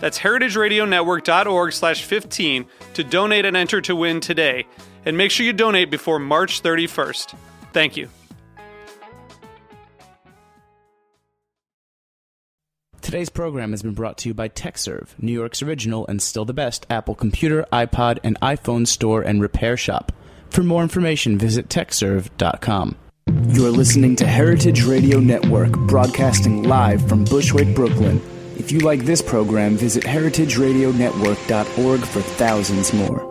That's heritageradionetwork.org slash 15 to donate and enter to win today. And make sure you donate before March 31st. Thank you. Today's program has been brought to you by TechServe, New York's original and still the best Apple computer, iPod, and iPhone store and repair shop. For more information, visit techserve.com. You're listening to Heritage Radio Network, broadcasting live from Bushwick, Brooklyn. If you like this program, visit heritageradionetwork.org for thousands more.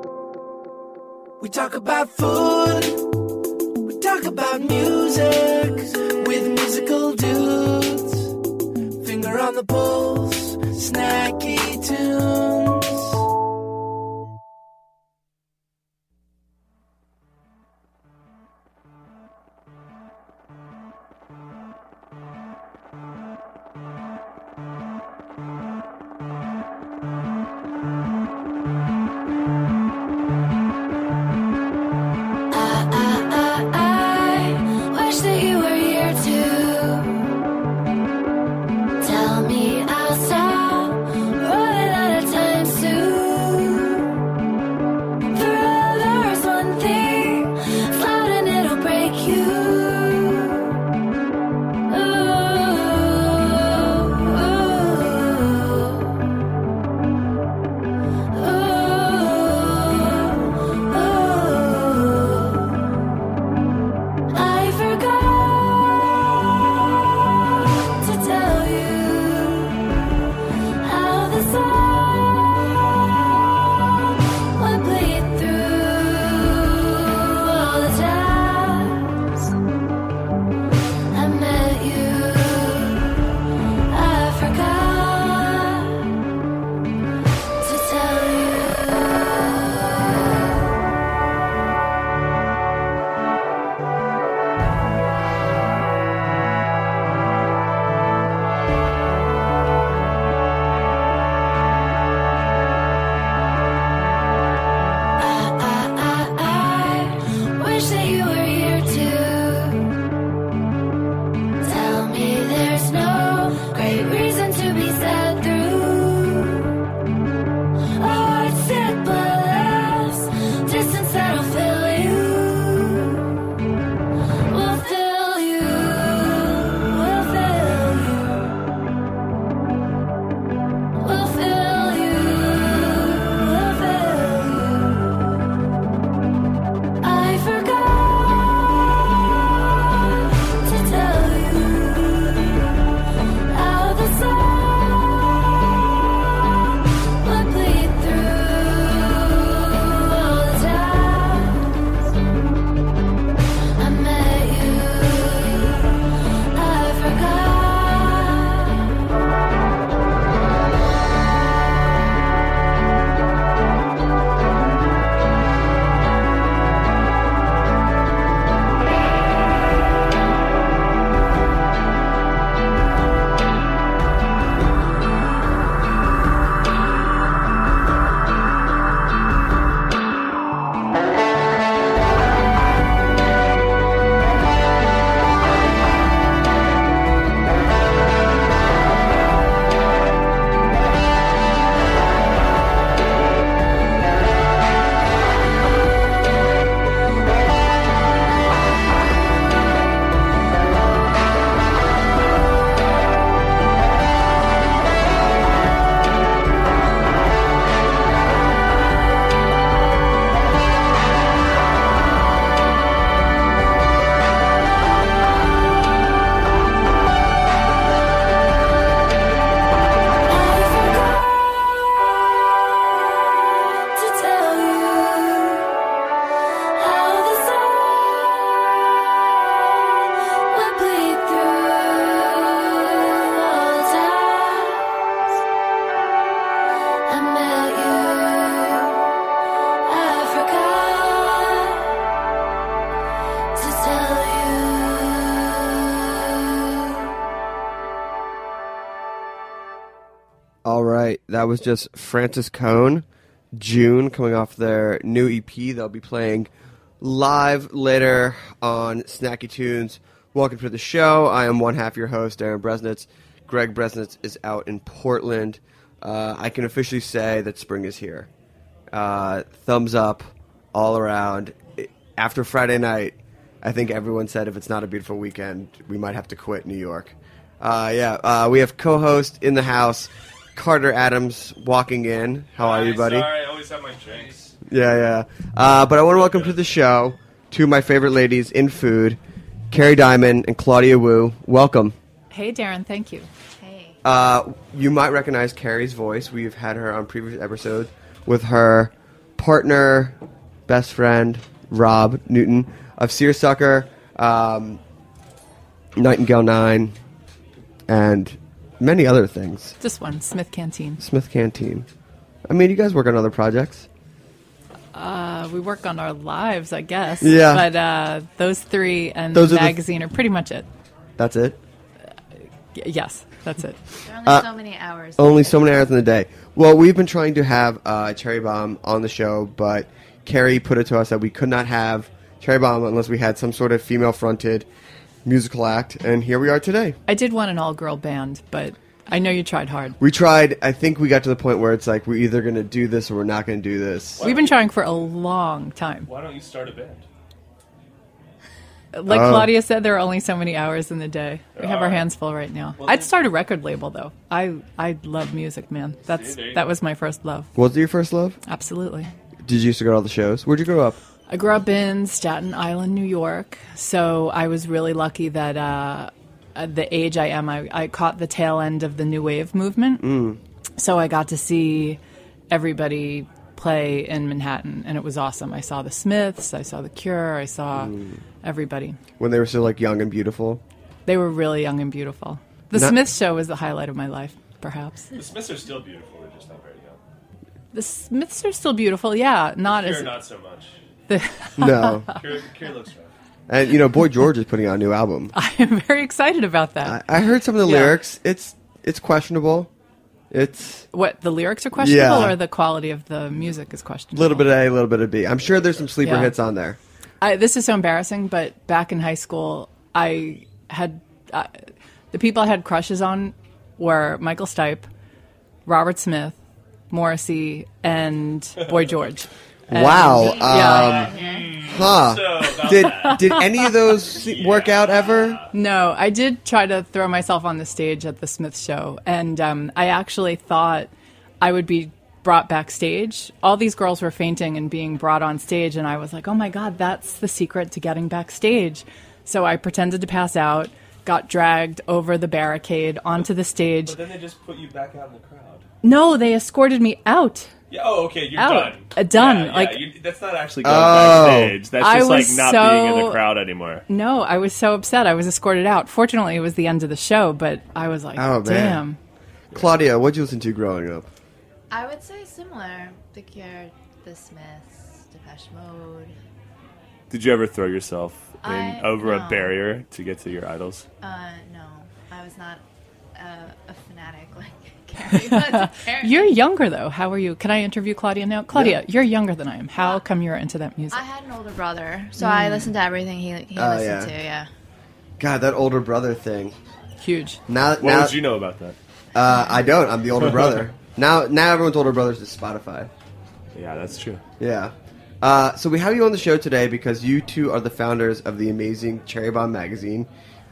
We talk about food. We talk about music with musical dudes. Finger on the pulse, snacky tunes. I wish that you were here too. Tell me I'll stop running out of time Oh, That was just Francis Cohn, June, coming off their new EP. They'll be playing live later on Snacky Tunes. Welcome to the show. I am one half your host, Aaron Bresnitz. Greg Bresnitz is out in Portland. Uh, I can officially say that spring is here. Uh, thumbs up all around. It- After Friday night, I think everyone said if it's not a beautiful weekend, we might have to quit New York. Uh, yeah, uh, we have co-host in the house, Carter Adams, walking in. How are you, buddy? Sorry, I always have my drinks. Yeah, yeah. Uh, but I want to welcome to the show two of my favorite ladies in food, Carrie Diamond and Claudia Wu. Welcome. Hey, Darren, thank you. Uh, you might recognize Carrie's voice. We've had her on previous episodes with her partner, best friend, Rob Newton of Seersucker, um, Nightingale 9, and many other things. Just one, Smith Canteen. Smith Canteen. I mean, you guys work on other projects. Uh, we work on our lives, I guess. Yeah. But uh, those three and Those are the the- magazine are pretty much it. That's it. Y- yes, that's it. There are only Uh, so many hours. Only so many hours in the day. Well, we've been trying to have uh, Cherry Bomb on the show, but Carrie put it to us that we could not have Cherry Bomb unless we had some sort of female fronted musical act, and here we are today. I did want an all girl band, but I know you tried hard. We tried, I think we got to the point where it's like, we're either going to do this or we're not going to do this. We've been trying for a long time. Why don't you start a band? Like Oh. Claudia said, there are only so many hours in the day. We have our are. hands full right now. I'd start a record label, though. I I love music, man. That's there you that go. was my first love. Was it your first love? Absolutely. Did you used to go to all the shows? Where'd you grow up? I grew up in Staten Island, New York, so I was really lucky that uh, at the age I am, I, I caught the tail end of the new wave movement. So I got to see everybody play in Manhattan, and it was awesome. I saw the Smiths, I saw the Cure, I saw Mm. everybody. When they were still like young and beautiful? They were really young and beautiful. The Not- Smiths show was the highlight of my life, perhaps. The Smiths are still beautiful. They're just not very young. The Smiths are still beautiful, yeah. Not Cure, as not so much. No. Cure, Cure looks rough. and, you know, Boy George is putting out a new album. I, I'm very excited about that. I heard some of the Yeah. lyrics. It's It's questionable. It's. What the lyrics are questionable, Yeah. or the quality of the music is questionable. little bit of A, a little bit of B. I'm sure there's some sleeper Yeah. hits on there. I, this is so embarrassing, but back in high school, I had uh, the people I had crushes on were Michael Stipe, Robert Smith, Morrissey, and Boy George. And- Wow, um, Yeah. Huh? So about Did that. did any of those se- work out ever? No, I did try to throw myself on the stage at the Smith show, and um, I actually thought I would be brought backstage. All these girls were fainting and being brought on stage, and I was like, oh my God, that's the secret to getting backstage. So I pretended to pass out, got dragged over the barricade onto the stage. But then they just put you back out in the crowd. No, they escorted me out. Yeah, oh, okay, you're Out. done. Uh, done, Yeah, yeah, like- you- that's not actually going Oh. backstage. That's I just like was not being in so- the crowd anymore. No, I was so upset. I was escorted out. Fortunately, it was the end of the show, but I was like, Oh, man. damn. Claudia, what'd you listen to growing up? I would say similar. The Cure, The Smiths, Depeche Mode. Did you ever throw yourself in, I- over no. a barrier to get to your idols? Uh, no, I was not uh, a fanatic like Carrie was. apparently. You're younger though. How are you? Can I interview Claudia now? Claudia, you're younger than I am. How come you're into that music? I had an older brother, so I listened to everything he, he Mm. Oh, listened yeah. to. Yeah. God, that older brother thing. Huge. Now, What Uh, now would you know about that? uh, I don't. I'm the older brother. Now, now everyone's older brothers is Spotify. Yeah, that's true. Yeah. Uh, so we have you on the show today because you two are the founders of the amazing Cherry Bomb magazine.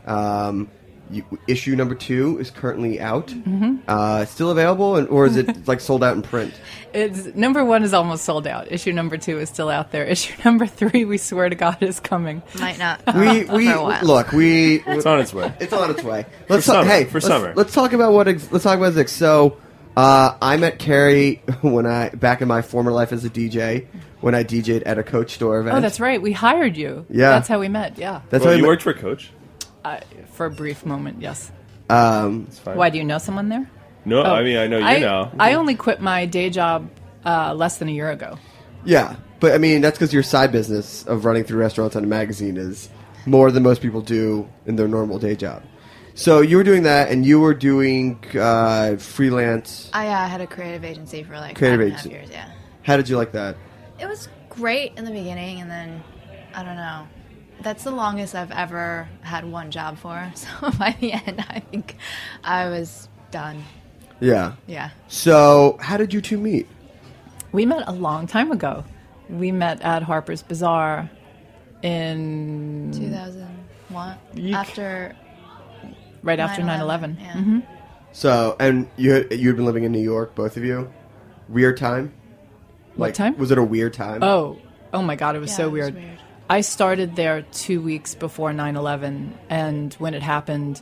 Um, you, issue number two is currently out. Mm-hmm. Uh, still available, and, or is it like sold out in print? It's number one is almost sold out. Issue number two is still out there. Issue number three, we swear to God, is coming. Might not. We for we a while. look we It's on its way. it's on its way. Let's For talk, summer, hey for let's, summer. Let's talk about what ex- let's talk about Zix. So uh, I met Carrie when I back in my former life as a DJ when I DJ'd at a Coach store event. Oh, that's right. We hired you. Yeah. That's how we met. Yeah. That's Well, how you I worked for Coach. Uh, for a brief moment, yes. Um, It's fine. Why do you know someone there? No, Oh. I mean I know you I, know. I only quit my day job uh, less than a year ago. yeah, but I mean that's because your side business of running through restaurants on a magazine is more than most people do in their normal day job. So you were doing that, and you were doing uh, freelance. I uh, had a creative agency for like Creative five and a half agency. years. Yeah, How did you like that? it was great in the beginning, and then I don't know. That's the longest I've ever had one job for. So by the end, I think I was done. Yeah. Yeah. So how did you two meet? We met a long time ago. We met at Harper's Bazaar in 2001 You c- after right after Mm-hmm. 9/11. Yeah. So and you you had been living in New York, both of you. Weird time. What time? Was it a weird time? Oh, oh my God, it was Yeah, so it was weird. weird. I started there two weeks before 9 11, and when it happened,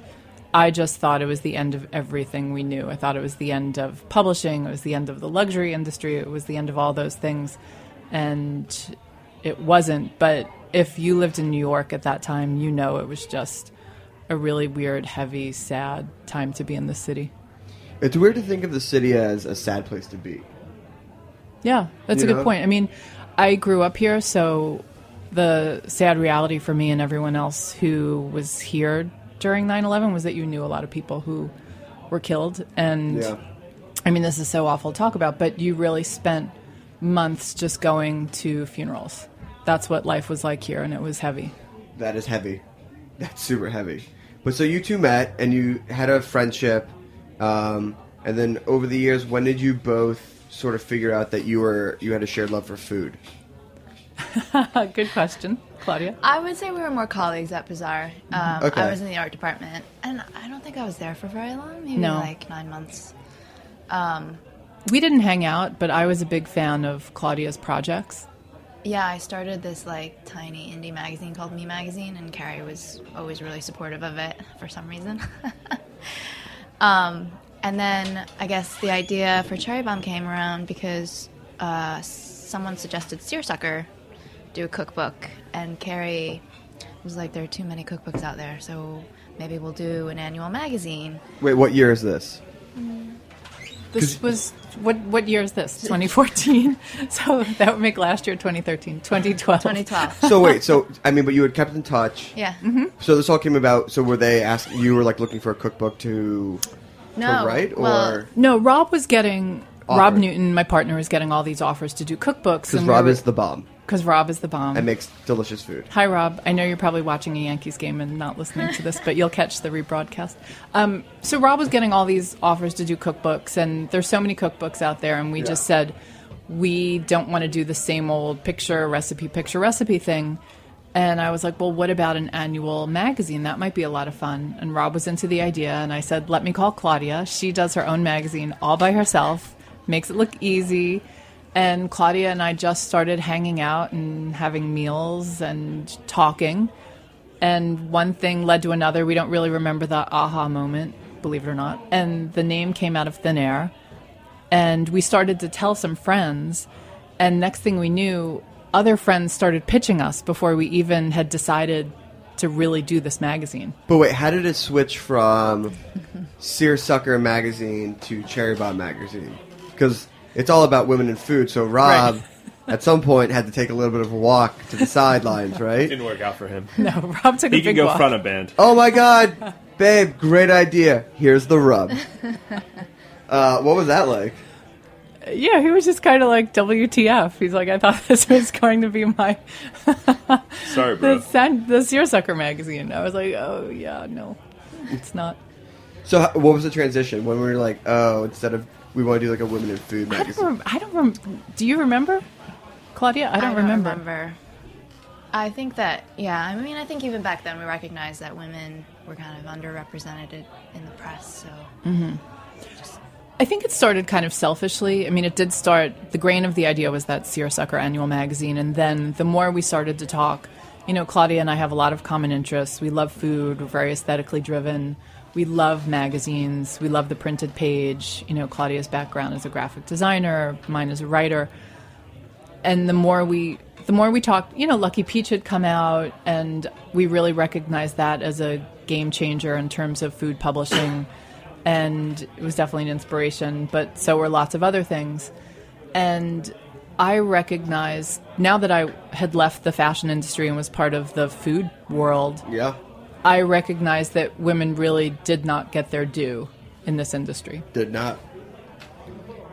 I just thought it was the end of everything we knew. I thought it was the end of publishing, it was the end of the luxury industry, it was the end of all those things. And it wasn't, but if you lived in New York at that time, you know it was just a really weird, heavy, sad time to be in the city. It's weird to think of the city as a sad place to be. Yeah, that's You a good know? point. I mean, I grew up here, so the sad reality for me and everyone else who was here during 9 11 was that you knew a lot of people who were killed. And Yeah. I mean, this is so awful to talk about, but you really spent months just going to funerals. That's what life was like here, and it was heavy. That is heavy. That's super heavy. But so you two met and you had a friendship, um, and then over the years, when did you both sort of figure out that you were you had a shared love for food? good question, Claudia. I would say we were more colleagues at Bazaar. Um, Okay. I was in the art department, and I don't think I was there for very long. Maybe No. like nine months. Um, We didn't hang out, but I was a big fan of Claudia's projects. Yeah, I started this like tiny indie magazine called Me Magazine, and Carrie was always really supportive of it for some reason. um, and then I guess the idea for Cherry Bomb came around because uh, someone suggested Seersucker do a cookbook, and Carrie was like, "There are too many cookbooks out there, so maybe we'll do an annual magazine." Wait, what year is this? This was what what year is this? 2014. so that would make last year 2013, 2012. 2012. So wait, so I mean, but you had kept in touch. Yeah. Mm-hmm. So this all came about. So were they asking you were like looking for a cookbook to, No. to write, or well, No, Rob was getting Rob Offered. Newton, my partner, was getting all these offers to do cookbooks because Rob is the bomb because Rob is the bomb. Um, and makes delicious food. Hi, Rob. I know you're probably watching a Yankees game and not listening to this, but you'll catch the rebroadcast. Um, so, Rob was getting all these offers to do cookbooks, and there's so many cookbooks out there, and we just said, we don't want to do the same old picture, recipe, picture, recipe thing. And I was like, well, what about an annual magazine? That might be a lot of fun. And Rob was into the idea, and I said, let me call Claudia. She does her own magazine all by herself, makes it look easy and Claudia and I just started hanging out and having meals and talking. And one thing led to another. We don't really remember the aha moment, believe it or not. And the name came out of thin air. And we started to tell some friends. And next thing we knew, other friends started pitching us before we even had decided to really do this magazine. But wait, how did it switch from Seersucker magazine to Cherry Bomb magazine? Because it's all about women and food. So Rob, Right. at some point, had to take a little bit of a walk to the sidelines, right? Didn't work out for him. No, Rob took a He can big go walk. front a band. Oh my God, babe, great idea. Here's the rub. Uh, what was that like? Yeah, he was just kind of like WTF. He's like, I thought this was going to be my Sorry, bro. the sand, the seersucker magazine. I was like, oh yeah, no, it's not. So h- what was the transition when we were like, oh, instead of we want to do like a women and food I don't. magazine? Rem- I don't. Rem- do you remember, Claudia? I don't, remember. I think that, yeah, I mean, I think even back then we recognized that women were kind of underrepresented in the press, so. Mm-hmm. I think it started kind of selfishly. I mean, it did start. The grain of the idea was that seersucker annual magazine, and then the more we started to talk, you know, Claudia and I have a lot of common interests. We love food. We're very aesthetically driven. We love magazines. We love the printed page. You know, Claudia's background is a graphic designer. Mine is a writer. and the more we the more we talked, you know, Lucky Peach had come out, and we really recognized that as a game changer in terms of food publishing, and it was definitely an inspiration. But so were lots of other things, and I recognized now that I had left the fashion industry and was part of the food world. Yeah. I recognized that women really did not get their due in this industry. Did not.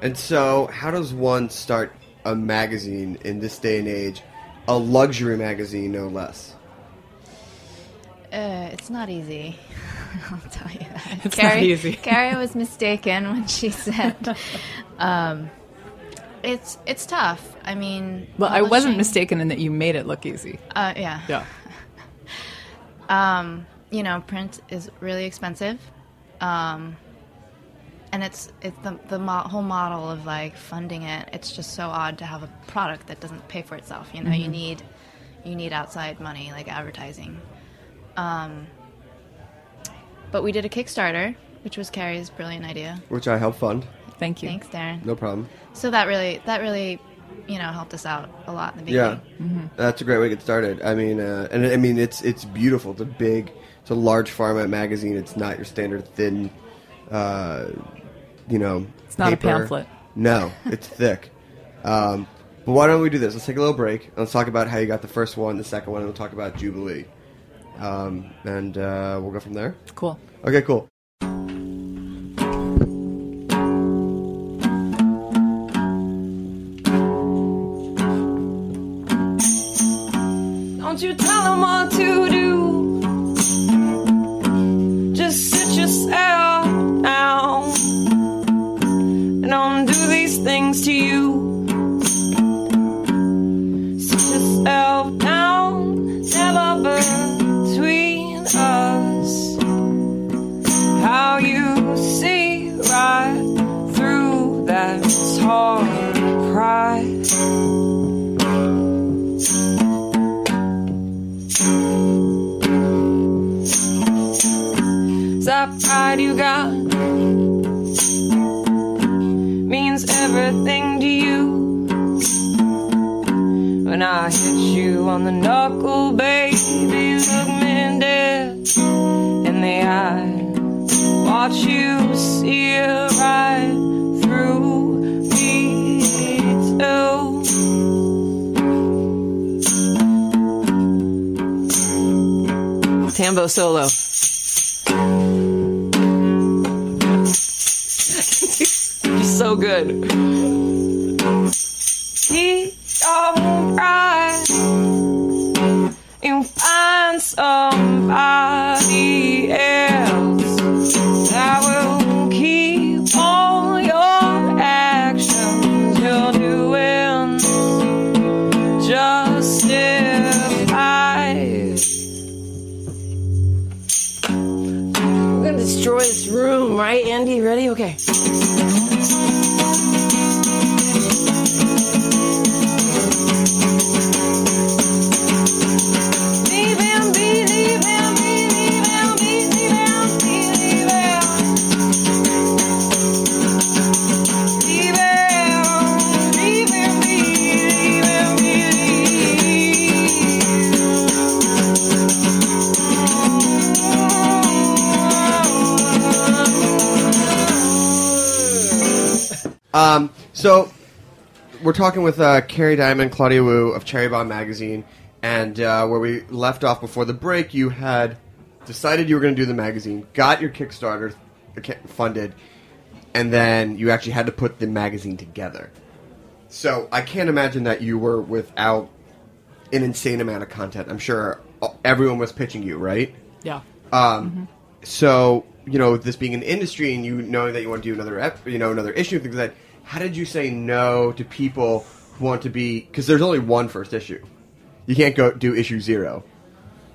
And so, how does one start a magazine in this day and age, a luxury magazine, no less? Uh, it's not easy. I'll tell you that. It's Carrie, not easy. Carrie was mistaken when she said, um, "It's it's tough." I mean, Well, I wasn't publishing- mistaken in that you made it look easy. Uh, yeah. Yeah. Um, you know, print is really expensive. Um, and it's it's the, the mo- whole model of like funding it. It's just so odd to have a product that doesn't pay for itself. You know, Mm-hmm. you need you need outside money like advertising. Um, but we did a Kickstarter, which was Carrie's brilliant idea. Which I help fund. Thank you. Thanks, Darren. No problem. So that really that really you know helped us out a lot in the beginning. Yeah, Mm-hmm. that's a great way to get started. I mean, uh, and I mean, it's it's beautiful. It's a big, it's a large format magazine. It's not your standard thin, uh, you know. It's not a pamphlet. No, it's thick. Um, but why don't we do this? Let's take a little break. and Let's talk about how you got the first one, the second one, and we'll talk about Jubilee, um, and uh, we'll go from there. Cool. Okay, cool. Don't you tell him what to do. Just sit yourself down. And don't do these things to you. Sit yourself down. Never between us. How you see right through that hard pride. that pride you got means everything to you. When I hit you on the knuckle, baby, look me dead in the eye. Watch you see it right through me oh. too. Tambo solo. so good. Keep your pride. You find somebody else that will keep all your actions you're doing justified. We're gonna destroy this room, right, Andy? Ready? Okay. Believe him, believe him, believe him, believe him, believe him. Believe him, believe him, believe him, believe. Um, so we're talking with uh, Carrie Diamond, Claudia Wu of Cherry Bomb Magazine, and uh, where we left off before the break, you had decided you were going to do the magazine, got your Kickstarter ac- funded, and then you actually had to put the magazine together. So I can't imagine that you were without an insane amount of content. I'm sure uh, everyone was pitching you, right? Um, Yeah. So you know, with this being an industry and you knowing that you want to do another, ep- you know, another issue, things like that. How did you say no to people who want to be? Because there's only one first issue. You can't go do issue zero.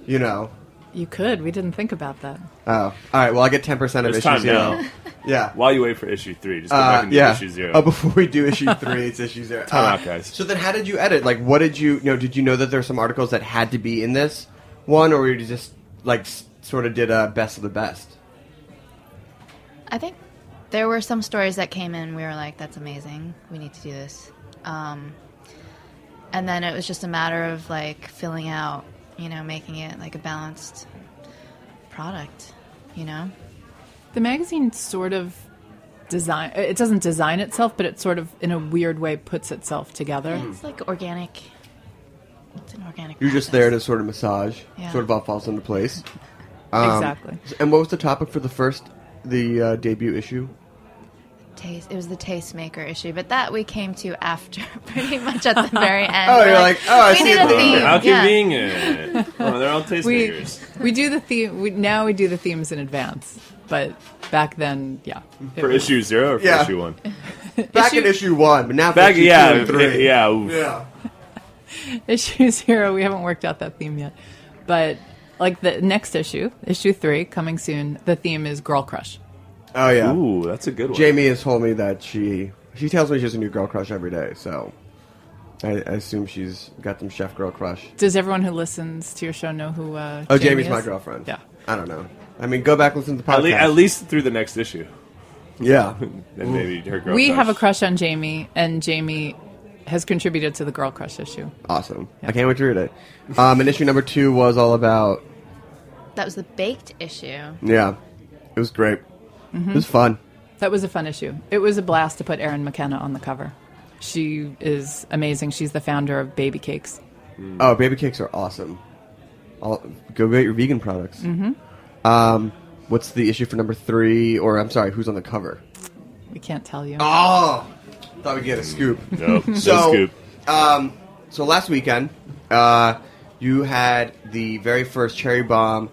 You know. You could. We didn't think about that. Oh, all right. Well, I get ten percent of It's issue time zero. now. Yeah. While you wait for issue three, just go back Uh, and do yeah. issue zero. Oh, before we do issue three, it's issue zero. Time Uh, out, guys. So then, how did you edit? Like, what did you, you know? Did you know that there's some articles that had to be in this one, or you just like s- sort of did a best of the best? I think there were some stories that came in. We were like, "That's amazing. We need to do this." Um, and then it was just a matter of like filling out, you know, making it like a balanced product. You know, The magazine sort of design it doesn't design itself, but it sort of in a weird way puts itself together. Mm. it's like organic. It's an organic. You're just process. there to sort of massage, Yeah. sort of all falls into place. Um, Exactly. And what was the topic for the first, the uh, debut issue? Taste. It was the tastemaker issue, but that we came to after, pretty much at the very end. Oh, We're you're like, oh, I we see need a a theme. theme. How yeah. convenient. oh, they're all We tastemakers. we do the theme. We, now we do the themes in advance, but back then, yeah. it For was- issue zero or for Ah. Yeah. issue one? Back in issue one, but now for Back, issue yeah, two and three. yeah, oof. Yeah. issue zero. We haven't worked out that theme yet, but like the next issue, issue three, coming soon. The theme is girl crush. Oh yeah. Ooh, that's a good one. Jamie has told me that she she tells me she has a new girl crush every day, so I, I assume she's got some chef girl crush. Does everyone who listens to your show know who? Uh, Oh, Jamie Jamie's is? my girlfriend. Yeah. I don't know. I mean, go back listen to the podcast. Mm. At, le- at least through the next issue. yeah. Then maybe her girl. We crush. have a crush on Jamie, and Jamie has contributed to the girl crush issue. Awesome. I can't wait to read it. Um, and issue number two was all about That was the baked issue. yeah, it was great. Mm-hmm. It was fun. That was a fun issue. It was a blast to put Erin McKenna on the cover. She is amazing. She's the founder of Baby Cakes. Mm. Oh, baby cakes are awesome. All, go get your vegan products. Mm-hmm. Um, what's the issue for number three? Or I'm sorry, who's on the cover? We can't tell you. Oh, thought we'd get a scoop. No, no So, scoop. Um, so last weekend, uh, you had the very first Cherry Bomb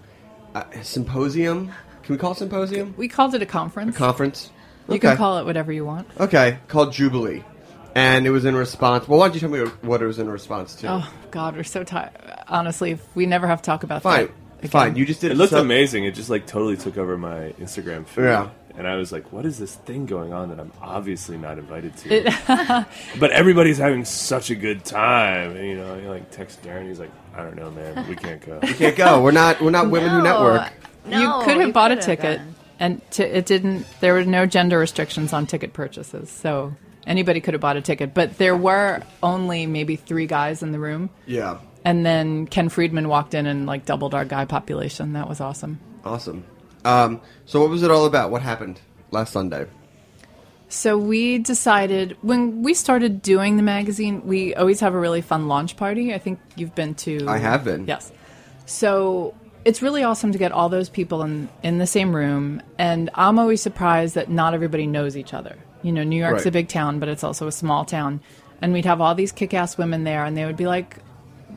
uh, symposium. Can we call it symposium? We called it a conference. Conference. you okay. can call it whatever you want. Okay, called Jubilee, and it was in response. Well, why don't you tell me what it was in response to? Oh God, we're so tired. Honestly, we never have to talk about fine, that. again. fine. You just did It looked so- amazing. It just like totally took over my Instagram feed. Yeah. And I was like, what is this thing going on that I'm obviously not invited to? but everybody's having such a good time. And, you know, you like text Darren. He's like, I don't know, man. We can't go. Can't go. We're not. We're not women who network. No, Oh, you could have bought a could've ticket, done. and t- it didn't. There were no gender restrictions on ticket purchases, so anybody could have bought a ticket. But there were only maybe three guys in the room, Yeah. and then Ken Friedman walked in and like doubled our guy population. That was awesome. Awesome. Um, so, what was it all about? What happened last Sunday? So we decided when we started doing the magazine, we always have a really fun launch party. I think you've been to. I have been. Yes. So it's really awesome to get all those people in in the same room, and I'm always surprised that not everybody knows each other. You know, New York's Right. a big town, but it's also a small town, and we'd have all these kick-ass women there, and they would be like,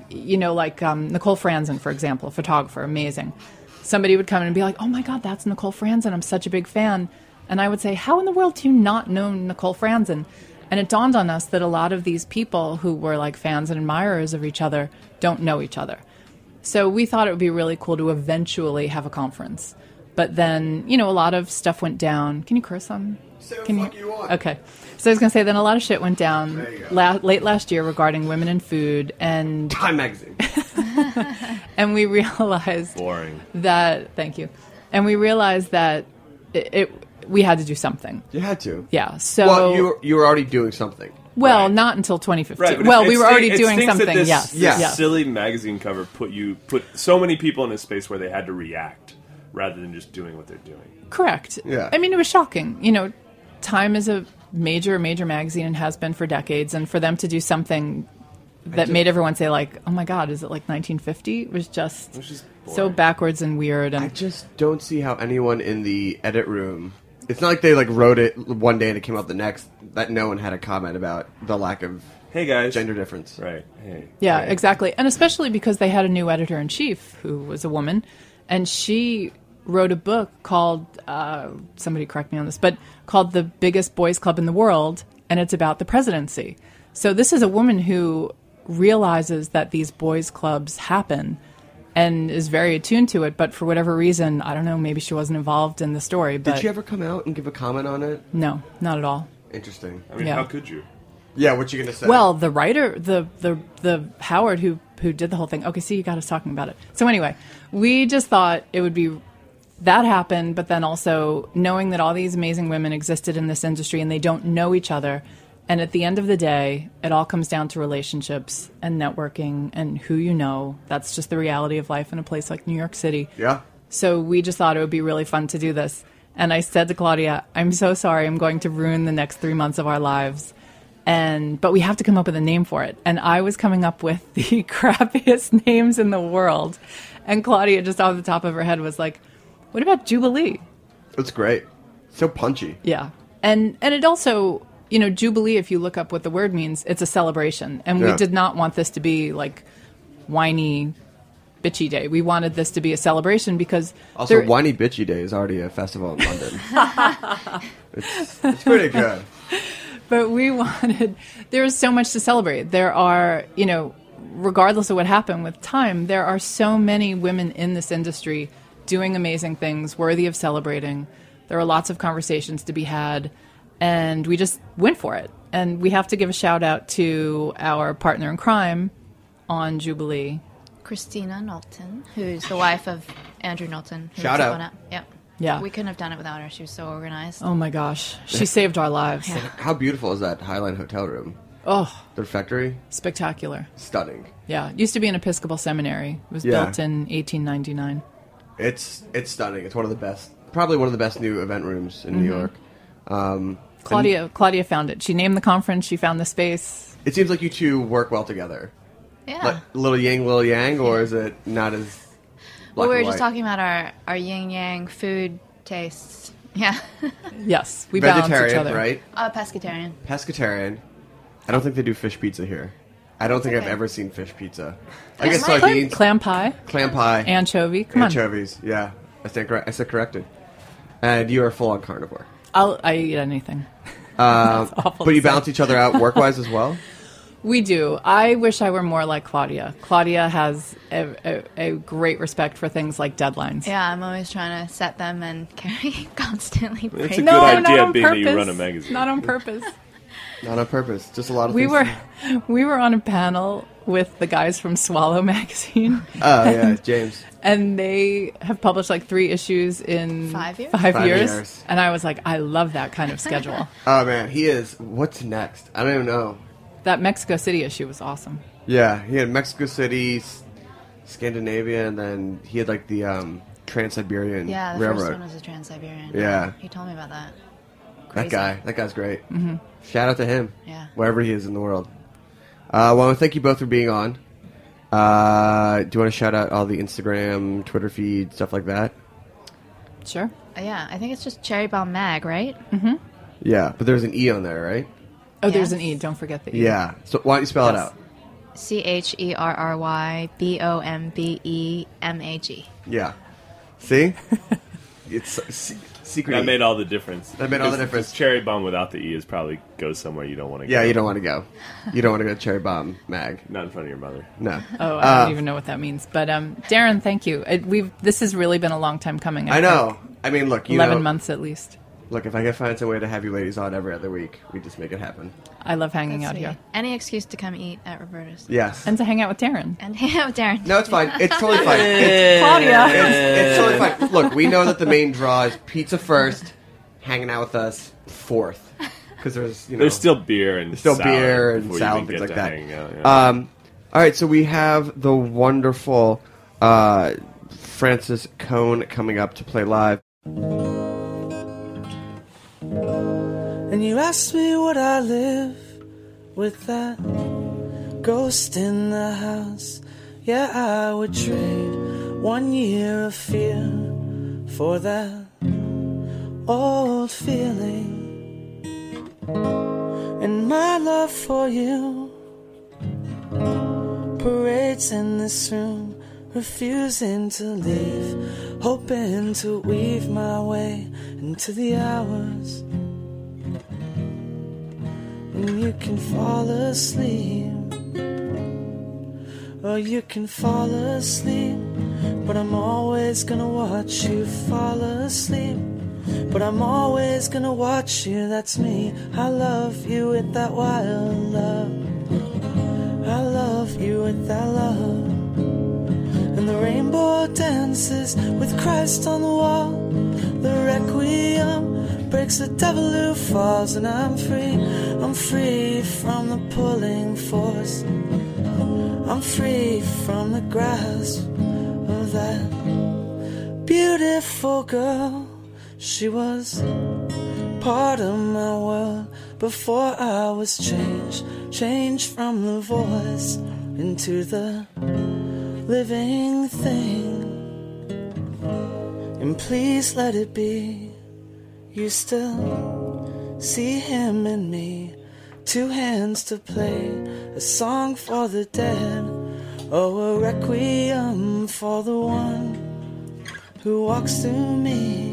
you know, like um, Nicole Franzen, for example, a photographer, amazing. Somebody would come in and be like, "Oh my God, that's Nicole Franzen! I'm such a big fan." And I would say, "How in the world do you not know Nicole Franzen?" And it dawned on us that a lot of these people who were like fans and admirers of each other don't know each other. So we thought it would be really cool to eventually have a conference. But then, you know, a lot of stuff went down. Can you curse on? Say what Can the fuck you want. Okay. So I was going to say, then a lot of shit went down you go. la- late last year regarding women in food. And, Time Magazine. and we realized Boring. that, thank you. And we realized that it, it we had to do something. you had to. Yeah. So, well, you were, you were already doing something. well, Right. not until 2015. but well, it's- we were it's already thi- it's doing things that something. This, yes. this Yeah. yes. Silly magazine cover put you put so many people in a space where they had to react rather than just doing what they're doing. Correct. Yeah. I mean, it was shocking. You know, Time is a major, major magazine and has been for decades. And for them to do something that made everyone say, like, oh my God, is it like 1950? was just Which is so boring. backwards and weird. I And just don't see how anyone in the edit room. It's not like they like wrote it one day and it came out the next. That no one had a comment about the lack of Hey guys. gender difference. Right. Hey. yeah, Right. exactly. And especially because they had a new editor in chief who was a woman. And she wrote a book called, uh, somebody correct me on this, but called The Biggest Boys Club in the World. And it's about the presidency. So this is a woman who realizes that these boys' clubs happen and is very attuned to it. But for whatever reason, I don't know, maybe she wasn't involved in the story. But Did she ever come out and give a comment on it? no, not at all. Interesting. I mean, Yeah. how could you? Yeah, what you gonna say? Well, the writer, the the the Howard who who did the whole thing. Okay, see, you got us talking about it. So anyway, we just thought it would be that happened, but then also knowing that all these amazing women existed in this industry and they don't know each other. And at the end of the day, it all comes down to relationships and networking and who you know. That's just the reality of life in a place like New York City. yeah. So we just thought it would be really fun to do this. And I said to Claudia, I'm so sorry, I'm going to ruin the next three months of our lives. and but we have to come up with a name for it. And I was coming up with the crappiest names in the world, and Claudia just off the top of her head was like, "What about Jubilee?" It's great. So punchy. Yeah. And and it also, you know, jubilee if you look up what the word means, it's a celebration. And Yeah. we did not want this to be like whiny bitchy day. We wanted this to be a celebration because Also, there- Whiny Bitchy Day is already a festival in London. it's, it's pretty good. but we wanted there is so much to celebrate. There are, you know, regardless of what happened with time, there are so many women in this industry doing amazing things worthy of celebrating. There are lots of conversations to be had and we just went for it. And we have to give a shout out to our partner in crime on Jubilee. Christina Knowlton, who's the wife of Andrew Knowlton. who Shout was out. one Yep. Yeah. We couldn't have done it without her. She was so organized. Oh my gosh, she saved our lives. How beautiful is that Highline Hotel room? Oh, The refectory? spectacular. Stunning. Yeah, used to be an Episcopal seminary. It was Yeah. built in 1899. It's it's stunning. It's one of the best, probably one of the best new event rooms in Mm-hmm. New York. Um, Claudia Claudia found it. She named the conference, she found the space. it seems like you two work well together. Yeah. Like little yin, little yang, or is it not as? well, black we were and just white? talking about our, our yin yang food tastes. Yeah. Yes, we balance each vegetarian, other. right? uh, pescatarian. Pescatarian. I don't think they do fish pizza here. I don't think I've okay. ever seen fish pizza. I guess Clam- Clam, soybeans, clam pie, clam pie, anchovy. Come on. anchovies. Yeah, I stand correct. I said corrected. And you are full on carnivore. I'll I eat anything. Um, awful but to you say. balance each other out work wise as well. We do. I wish I were more like Claudia. Claudia has a, a, a great respect for things like deadlines. Yeah, I'm always trying to set them and carry constantly. break a them. good No, idea not on being that purpose. you run a magazine. Not on purpose. Not on purpose. Just a lot of we things. were we were on a panel with the guys from Swallow magazine Oh yeah, James. and they have published like three issues in Five years? Five years. years. and I was like I love that kind of schedule Oh man, he is. What's next? I don't even know. that Mexico City issue was awesome Yeah, he had Mexico City, S- Scandinavia, and then he had like the um, Trans Siberian Yeah, the Railroad. first one was a Trans Siberian. Yeah. He told me about that. that Crazy. guy. That guy's great. Mm-hmm. Shout out to him. Yeah. Wherever he is in the world. Uh, well, I want to thank you both for being on. Uh, do you want to shout out all the Instagram, Twitter feed, stuff like that? sure Mm-hmm. Uh, Yeah, I think it's just Cherry Bomb Mag, right? Yeah, but there's an E on there, right? oh there's an E Yes. don't forget the E Yeah. So why don't you spell it Yes. out? C H E R R Y B O M B E M A G. Yeah. See? it's se- secret. That E. made all the difference. That made all the Because- difference. because Cherry bomb without the e is probably goes somewhere you don't want to. yeah, go. you don't want to go. You don't want to go to Cherry Bomb Mag. Not in front of your mother. No. Oh, I Uh, don't even know what that means. But um, Darren, thank you. It, we've this has really been a long time coming. I think. know. I mean, look, you eleven know, months at least. Look, if I can find some way to have you ladies on every other week, we just make it happen. I love hanging out here Any excuse to come eat at Roberta's. Yes. and to hang out with Darren. And hang out with Darren. no, it's fine. It's totally fine. It's, Claudia, it's totally fine. Look, we know that the main draw is pizza first, hanging out with us fourth, because there's you know There's still beer and still salad beer and before you salad even things get like to that. hanging out, yeah. Um, all right, so we have the wonderful uh, Francis Cohn coming up to play live. And you asked me would I live with that ghost in the house. Yeah, I would trade one year of fear for that old feeling. And my love for you parades in this room, refusing to leave, hoping to weave my way into the hours and you can fall asleep. Oh, you can fall asleep, but I'm always gonna watch you fall asleep. But I'm always gonna watch you, that's me. I love you with that wild love. I love you with that love. And the rainbow dances with Christ on the wall. The requiem breaks the devil who falls, and I'm free. I'm free from the pulling force. I'm free from the grasp of that beautiful girl. She was part of my world, before I was changed, changed from the voice into the living thing. And please let it be, you still see him and me, two hands to play a song for the dead, oh, a requiem for the one who walks through me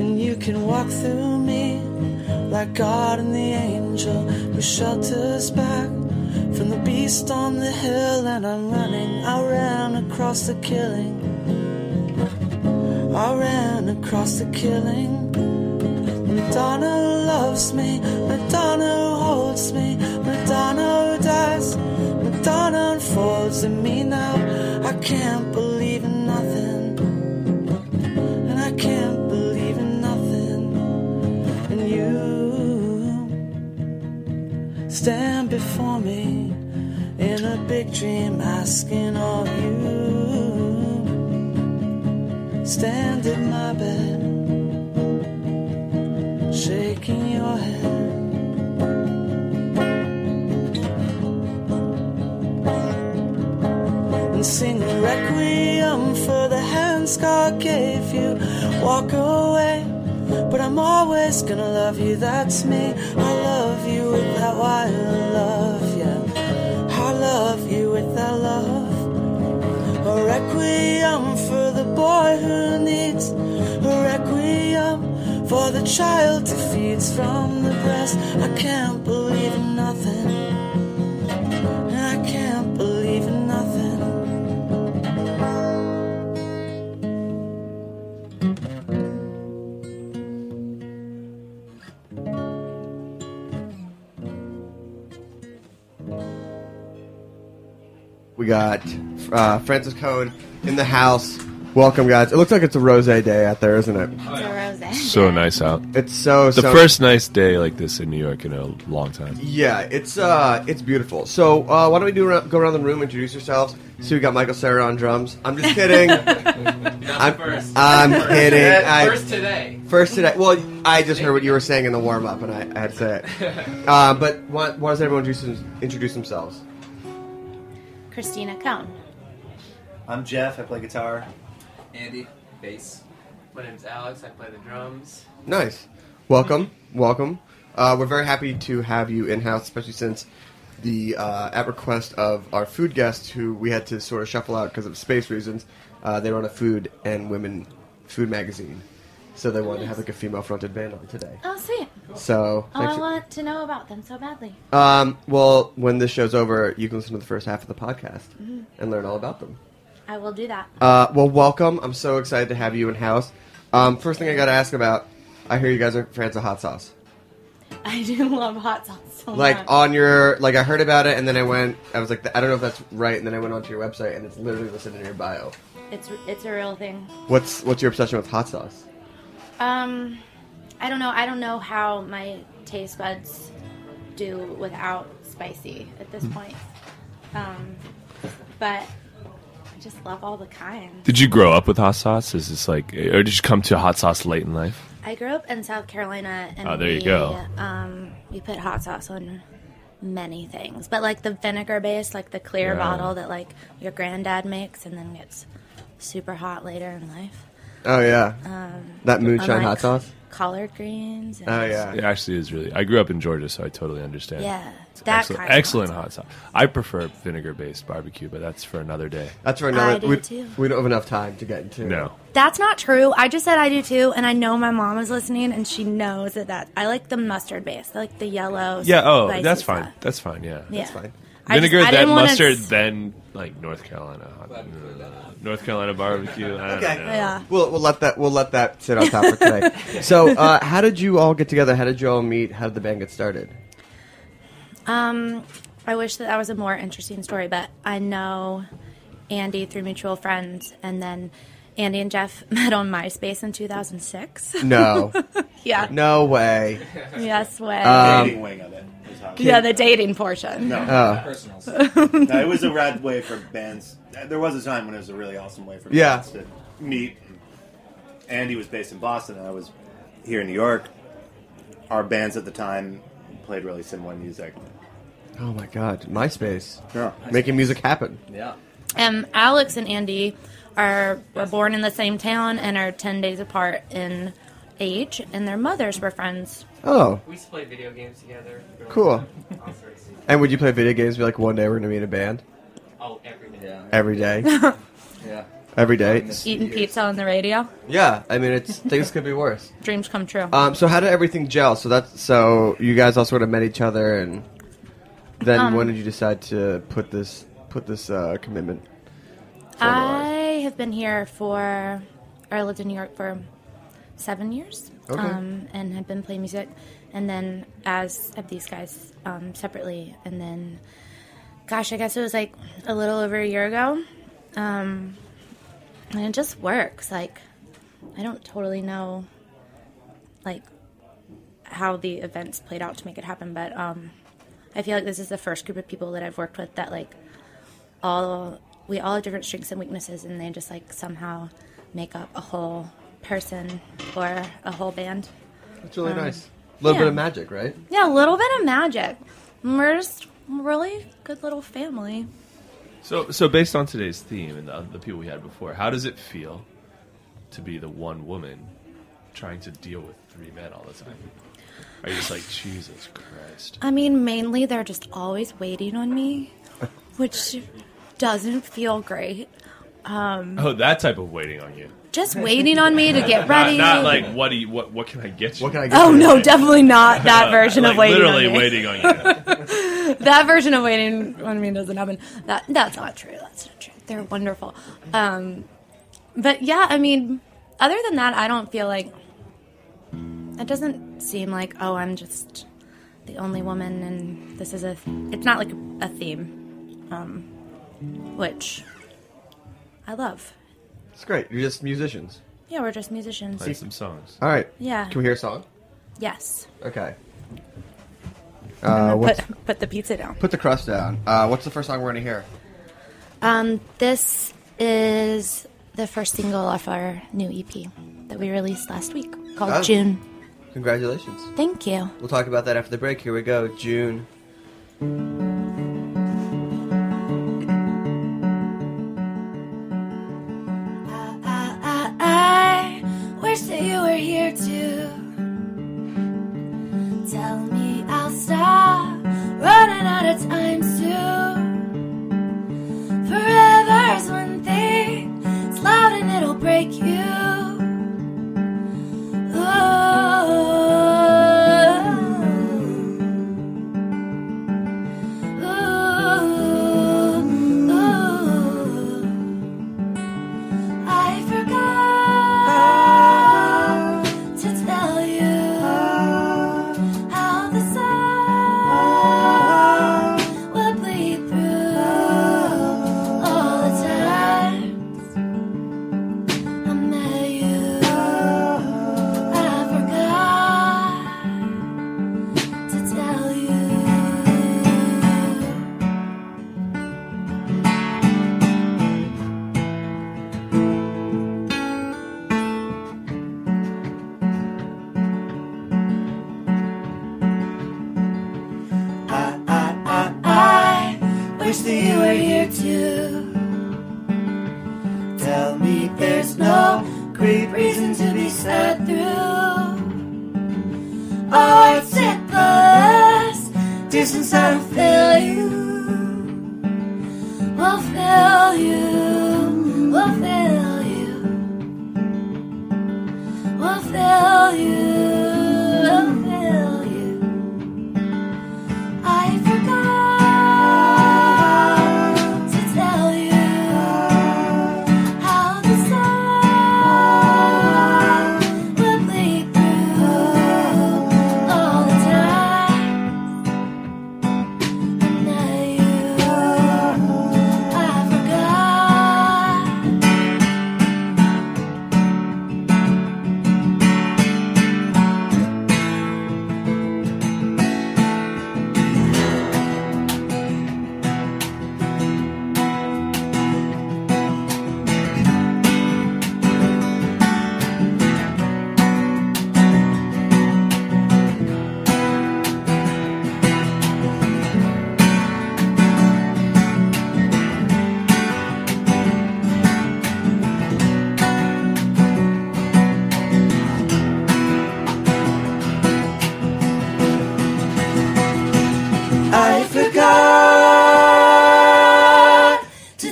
and you can walk through me like God and the angel who shelters back from the beast on the hill. And I'm running, I ran across the killing. I ran across the killing. Madonna loves me, Madonna holds me, Madonna dies, Madonna unfolds in me now. I can't believe in nothing and I can't believe in nothing. And you stand before me in a big dream, asking of you. Stand in my bed, shaking your head. and sing a requiem for the hands God gave you. Walk away, but I'm always gonna love you. That's me. I love you with that wild love, yeah. I love you with that love. A requiem for the boy who needs a requiem for the child who feeds from the breast. I can't believe in nothing. And I can't believe in nothing. We got uh, Francis Code in the house. Welcome, guys. It looks like it's a rose day out there, isn't it? So nice out. It's so The so, first nice day like this in New York in a long time. Yeah, it's uh, it's beautiful. So uh, why don't we do ra- go around the room, introduce yourselves? See, we got Michael Sarah on drums. I'm just kidding. I'm, first. I'm kidding. I- First today. First today. Well, I just heard what you were saying in the warm up, and I, I had to say it. Uh, but why, why does everyone introduce, introduce themselves? Christina Cohn. I'm Jeff. I play guitar. Andy. Bass. My name's Alex. I play the drums. Nice. Welcome. Welcome. Uh, we're very happy to have you in house, especially since the uh, at request of our food guests, who we had to sort of shuffle out because of space reasons, uh, they run a food and women food magazine. So they wanted to have like a female fronted band on today. Oh, sweet. So Oh, thanks- I want to know about them so badly. um, well, when this show's over, you can listen to the first half of the podcast Mm-hmm. and learn all about them. I will do that. Uh, well, welcome. I'm so excited to have you in house. Um, first thing I got to ask about, I hear you guys are fans of hot sauce. I do love hot sauce so Like much. on your, like I heard about it, and then I went. I was like, I don't know if that's right, and then I went onto your website, and it's literally listed in your bio. it's it's a real thing. What's what's your obsession with hot sauce? Um, I don't know. I don't know how my taste buds do without spicy at this Mm-hmm. point. Um, but I just love all the kinds. Did you grow up with hot sauce? Is this like, or did you come to hot sauce late in life? I grew up in South Carolina, and Oh, there you we, go. Um, we put hot sauce on many things, but like the vinegar base, like the clear Yeah. bottle that like your granddad makes, and then gets super hot later in life. Um, Oh yeah, that moonshine Unlike hot sauce. collard greens. And Oh yeah, It actually is really. I grew up in Georgia, so I totally understand. Yeah, It's that excellent, kind of excellent hot hot sauce. I prefer vinegar-based barbecue, but that's for another day. that's for I another. do We, too. we don't have enough time to get into. No, That's not true. I just said I do too, and I know my mom is listening, and she knows that that I like the mustard base, I like the yellow. yeah. Oh, spicy that's stuff. fine. That's fine. Yeah. Yeah. fine. I just- Vinegar, I then didn't wanna mustard, s- then like North Carolina, hot, uh, North Carolina barbecue. I don't Okay. know. Yeah. We'll, we'll let that we'll let that sit on top for today. so, uh, how did you all get together? How did you all meet? How did the band get started? Um, I wish that that was a more interesting story, but I know Andy through mutual friends, and then Andy and Jeff met on MySpace in 2006. No, yeah. no way. Yes way. Um, Dating wing of it. was hot. yeah, the dating portion. No, Oh. no, it was a rad way for bands. There was a time when it was a really awesome way for Yeah. bands to meet. Andy was based in Boston, and I was here in New York. our bands at the time played really similar music. Oh my God, MySpace. Yeah. Making music happen. Yeah. Um, Alex and Andy are were born in the same town and are ten days apart in age, and their mothers were friends. Oh. We used to play video games together. growing Cool. up. All sorts. and would you play video games? Be like, one day we're gonna be in a band. Oh, every day. Every day. yeah. Every day. Eating pizza on the radio, Yeah, I mean, it's things could be worse. dreams come true. Um, so how did everything gel? So that's so you guys all sort of met each other, and then Um, when did you decide to put this put this uh, commitment? I have been here for, or I lived in New York for seven years, Okay. um, and have been playing music, and then as of these guys um, separately, and then, gosh, I guess it was like a little over a year ago, um, and it just works. Like, I don't totally know, like, how the events played out to make it happen, but um, I feel like this is the first group of people that I've worked with that like all we all have different strengths and weaknesses and they just like somehow make up a whole person or a whole band That's really Um, nice. A little bit of yeah. magic, right? yeah a little bit of magic And we're just a really good little family So, so based on today's theme and the, the people we had before, how does it feel to be the one woman trying to deal with three men all the time? Are you just like Jesus Christ? i mean mainly they're just always waiting on me which doesn't feel great um Oh, that type of waiting on you. just waiting on me to get Not- ready Not, like what do you, what what can I get you? What can I get Oh, you? no, definitely not that version of waiting on Literally me. waiting on you. that version of waiting on me doesn't happen. That that's not true. That's not true. They're wonderful. Um, but yeah, I mean, other than that, I don't feel like it doesn't seem like oh, I'm just the only woman, and this is a. It's not like a theme, um, which I love. It's great. You're just musicians. Yeah, we're just musicians. Play some songs. All right. Yeah. Can we hear a song? Yes. Okay. I'm Uh, gonna what's, put put the pizza down. put the crust down. Uh, what's the first song we're gonna hear? Um, this is the first single off our new EP that we released last week called Oh. June. Congratulations. Thank you. We'll talk about that after the break. Here we go. June. I, I wish that you were here to tell me I'll stop running out of time soon. Forever is one thing, it's loud and it'll break you. Oh, Oh, Ooh. Ooh. Ooh. oh. I forgot to tell you how the sun will bleed through all the times I met you. I forgot to tell you. I wish that you were here too. Tell me there's no great reason to be sad through. Oh, it's at the last distance I'll feel you. Will feel you. Will feel you. Will feel you. Will feel you. I forgot to tell you how the sun will bleed through all the times I met you. I forgot.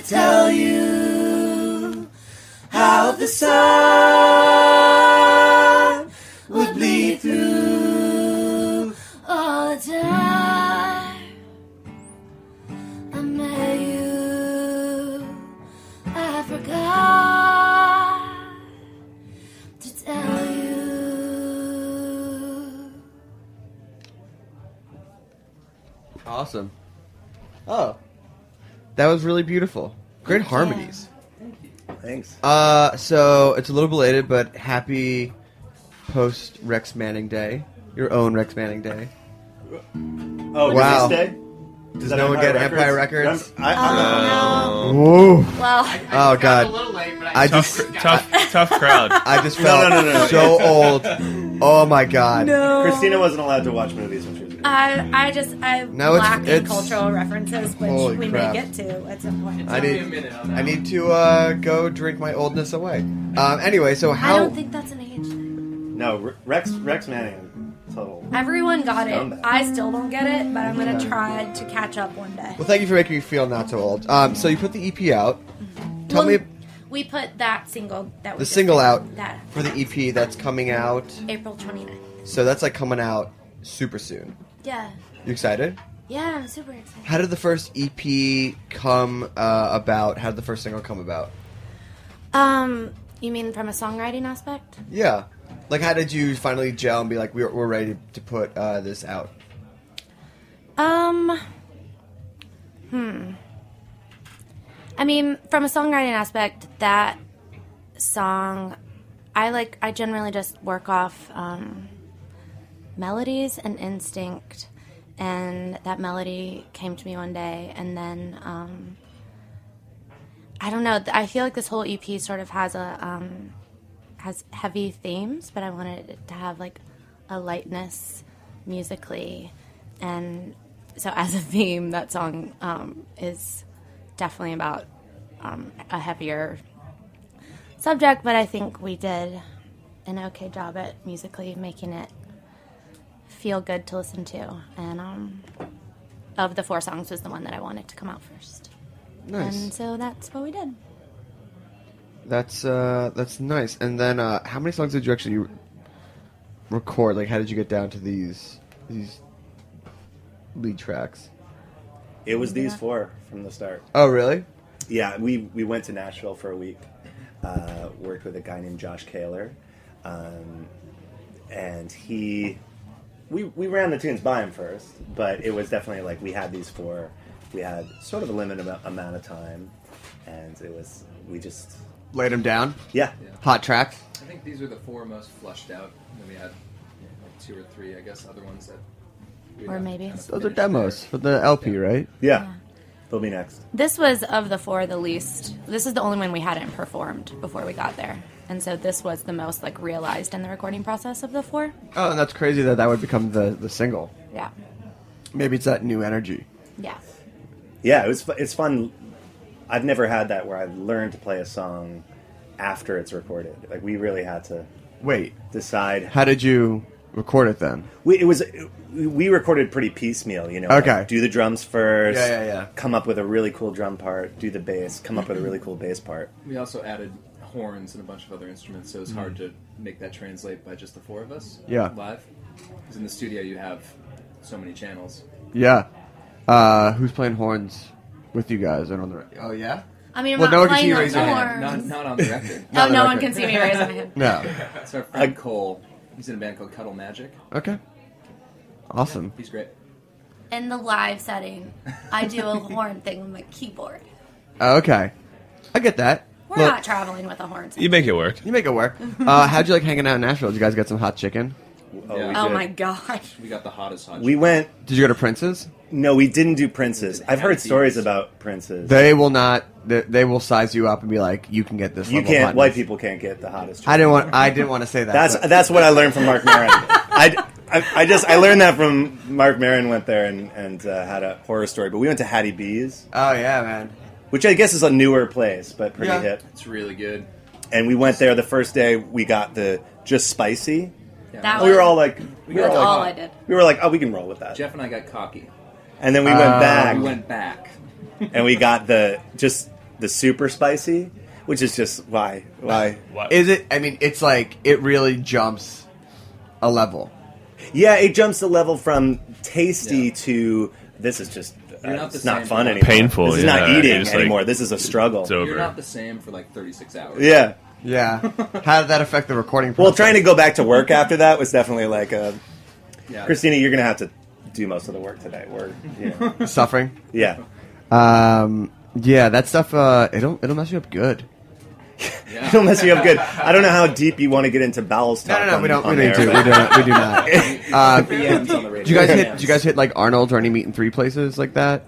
tell you how the sun would bleed through all the time. I met you, I forgot to tell you. Awesome. Oh, that was really beautiful. Great harmonies. Thanks. Uh, so it's a little belated, but happy post Rex Manning Day. Your own Rex Manning Day. Oh, wow. does this day? Does Is that no one get Empire Empire Records? Records? I'm- I- oh, I'm- Whoa. Well- I- I oh just got God. a little late, but I I just- just Tough- tough crowd. I just No, felt no, no, no. so old. Oh my God. Christina wasn't allowed to watch movies when she was. I, I just I No, it's- lack in it's- cultural references, Holy which we crap. may get to at some point. I need, I need to uh, go drink my oldness away. Um, anyway, so I how don't think that's an age thing. No, Re- Rex Rex Manning, total. Everyone got it. Scumbag. I still don't get it, but I'm gonna Yeah. try to catch up one day. Well, thank you for making me feel not so old. Um, so you put the EP out. Tell Well, me We put that single that we the just single did, out that for the EP that's coming out. April 29th. So that's like coming out super soon. Yeah, You excited? yeah, I'm super excited. How did the first EP come uh, about? How did the first single come about? Um, you mean from a songwriting aspect? Yeah, like how did you finally gel and be like, we're, we're ready to put uh, this out? Um, hmm. I mean, from a songwriting aspect, that song, I like. I generally just work off um, melodies and instinct, and that melody came to me one day, and then um, I don't know. th- I feel like this whole EP sort of has a um, has heavy themes, but I wanted it to have like a lightness musically and so as a theme that song um, is definitely about um, a heavier subject but i think we did an okay job at musically making it feel good to listen to and um, of the four songs was the one that i wanted to come out first Nice. and so that's what we did That's uh, that's nice. And then, uh, how many songs did you actually record? Like, how did you get down to these these lead tracks? It was these four from the start. Oh, really? Yeah, we we went to Nashville for a week. Uh, worked with a guy named Josh Kaler, um, and he we we ran the tunes by him first, but it was definitely like we had these four. We had sort of a limited amou- amount of time, and it was we just Laid them down. Yeah. Hot track. I think these were the four most flushed out. And then we had like, two or three, I guess, other ones that. we Or had maybe. kind of Those are finished. demos for the LP, right? Yeah. They'll be next. This was of the four the least. This is the only one we hadn't performed before we got there. And so this was the most like realized in the recording process of the four. Oh, and that's crazy that that would become the the single. Yeah. Maybe it's that new energy. Yeah. Yeah, it was. fu- It's fun. I've never had that where I learned to play a song after it's recorded. Like we really had to wait, decide. How did you record it then? We it was we recorded pretty piecemeal. You know, like, Okay. do the drums first. Yeah, yeah, yeah. Come up with a really cool drum part. Do the bass. Come up with a really cool bass part. We also added horns and a bunch of other instruments, so it's Mm. hard to make that translate by just the four of us. Yeah. Live. Because in the studio, you have so many channels. Yeah. Uh, who's playing horns with you guys and on the? Re- oh yeah. I mean, I'm well, not no one can playing see you on raise your hand. Not, horns. not on the record. Oh, the no one record. can see me raising my hand. No. It's our friend Cole. He's in a band called Cuddle Magic. Okay. Awesome. He's great. In the live setting, I do a horn thing with my keyboard. Oh, okay. I get that. We're Look, not traveling with a horn. You make it work. You make it work. uh, how'd you like hanging out in Nashville? Did you guys get some hot chicken? Oh, we oh did. my god. We got the hottest hot. We went. Did you go to Prince's? No, we didn't do Prince's. I've heard stories about Prince's. They will not. They, they will size you up and be like, "You can get this." you level of can't. hotness. White people can't get the hottest. I didn't want. I didn't want to say that. That's but- that's what I learned from Mark Maron. I, I, I just I learned that from Mark Maron went there and and uh, had a horror story. But we went to Hattie B's. Oh yeah, man. Which I guess is a newer place, but pretty Yeah. hip. It's really good. And we went there the first day. We got the just spicy. Yeah. That we were was- all like, we were that's all, all like, I did. We were like, oh, we can roll with that. Jeff and I got cocky. And then we went Um, back. We went back. and we got the just the super spicy, which is just why why Is it? I mean, it's like it really jumps a level. Yeah, it jumps the level from tasty to this is just uh, You're not the it's not same fun anymore. anymore. Painful, This is yeah, not you're eating just like, anymore. this is a struggle. You're not the same for like 36 hours. Yeah. Yeah. How did that affect the recording? Well, trying to go back to work after that was definitely like a Yeah. Christina, you're gonna have to do most of the work today. We're you know. Suffering. Yeah. Um. Yeah, that stuff. Uh, it'll it'll mess you up good. It'll mess you up good. I don't know how deep you want to get into bowels talk. No, no, on- we don't. We on don't there, do. We but- do not. We do not. Uh, PMs on do you the radio. guys hit? Do you guys hit like Arnold's or any meat in three places like that?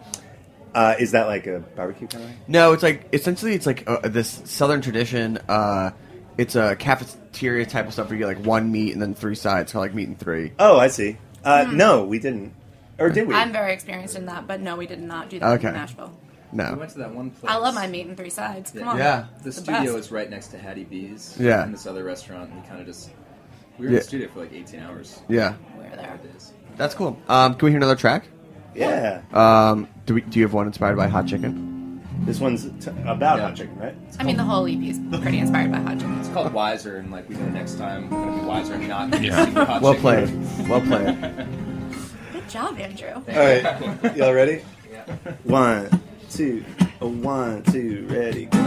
Uh, is that like a barbecue kind of thing? No, it's like essentially it's like uh, this southern tradition. Uh, it's a cafeteria type of stuff where you get like one meat and then three sides, kind of like meat and three. Oh, I see. Uh, Hmm. No, we didn't. Or did we? I'm very experienced in that, but no, we did not do that Okay. in Nashville. No. We went to that one place. I love my meat and three sides. Come on. The It's studio best. is right next to Hattie B's. Yeah. And this other restaurant, and we kind of just we were in Yeah. the studio for like 18 hours. Yeah. We were there. It is. That's cool. Um, can we hear another track? Yeah. Um, do we? Do you have one inspired by hot chicken? This one's t- about hot chicken, right? I mean, the whole EP is pretty inspired by hot chicken. It's called Wiser, and like we know next time we're gonna be wiser and not. Yeah. eating hot Well chicken. played. Well played. Good job, Andrew. All right. Y'all ready? Yeah. One, two, a one, two, ready, go.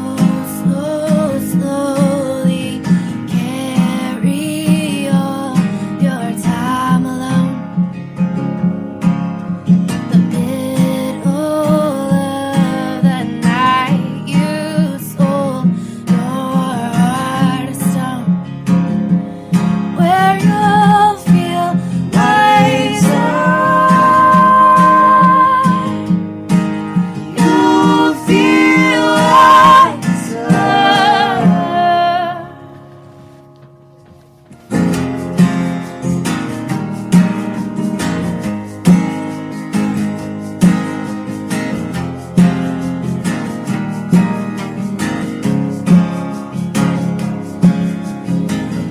Slow, slowly carry all your time alone. The middle of the night, you sold your heart of stone. Where you'll feel life's You'll feel life's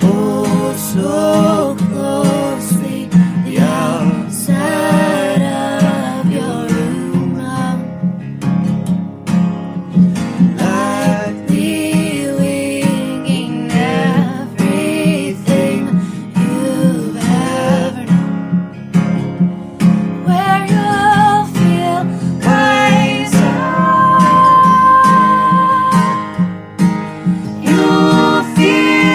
Oh, so closely, the outside of your room, I'm lightly winging everything you've ever known. Where you'll feel wiser. You'll feel wiser.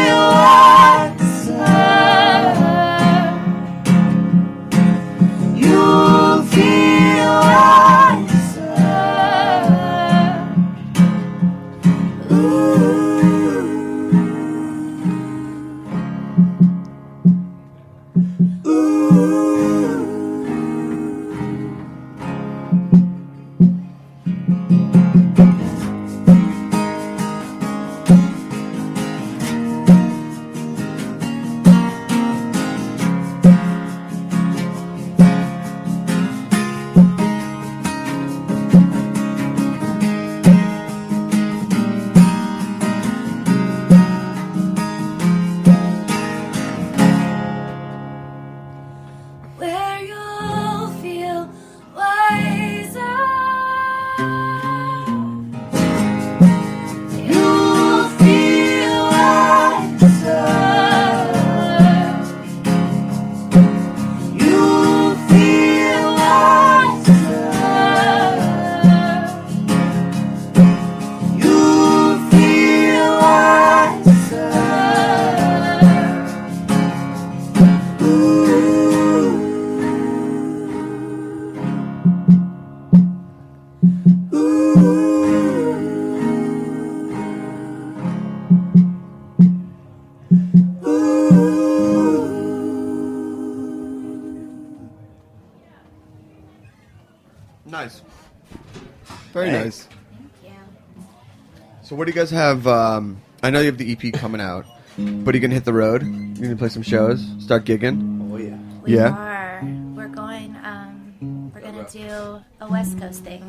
You'll feel wiser. Ooh. where you'll feel wiser. You'll feel wiser. You'll feel wiser. You'll feel wiser. Nice. Very Thanks. nice. So what do you guys have? Um, I know you have the EP coming out, but are you gonna hit the road? You gonna play some shows? Start gigging? Oh yeah. We yeah. are. We're going. Um, we're gonna do a West Coast thing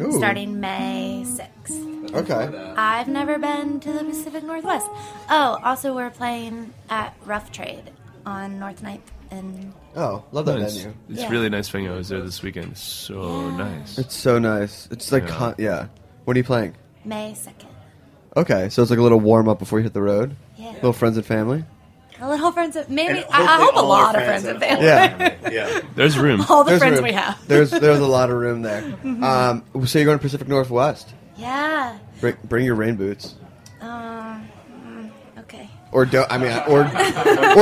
Ooh. starting May 6th. Okay. I've never been to the Pacific Northwest. Oh, also, we're playing at Rough Trade on North 9th in Oh, love that Nice. venue. It's Yeah. really nice venue. I was there this weekend. So nice. It's so nice. It's like, Yeah. yeah. yeah. What are you playing? May 2nd. Okay, so it's like a little warm up before you hit the road. Yeah. Little friends and family. A little friends, of, maybe, And I, I hopefully hope a all our lot of friends friends and and family. Yeah, yeah. There's room. All the There's friends room. we have. There's there's a lot of room there. Mhm. Um, so you're going to Pacific Northwest. Yeah. Bring, bring your rain boots, Um, mm, okay. or don't. I mean, or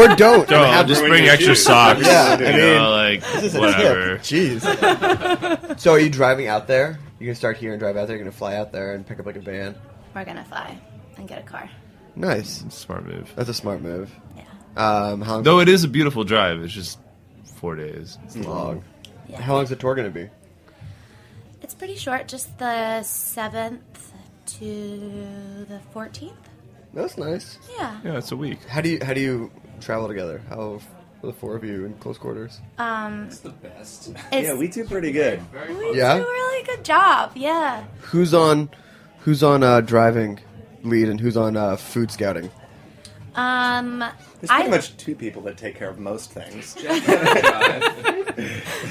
or don't. Don't, I mean, have- just bring extra socks, Yeah, you I mean, know, like, this is a tip. whatever. Jeez. so are you driving out there? You're gonna start here and drive out there. You're gonna fly out there and pick up like a van. We're going to fly and get a car. Nice. Smart move. That's a smart move. Yeah. Um, how long Though it is a beautiful drive. It's just four days. It's long. How long's the tour gonna be? It's pretty short, just the 7th to the 14th. That's nice. Yeah. Yeah, it's a week. How do you how do you travel together? How f- the four of you in close quarters? Um, it's the best. yeah, we do pretty good. We Yeah? do a really good job. Yeah. Who's on who's on uh, driving lead and who's on uh, food scouting? Um, There's I, pretty much two people that take care of most things.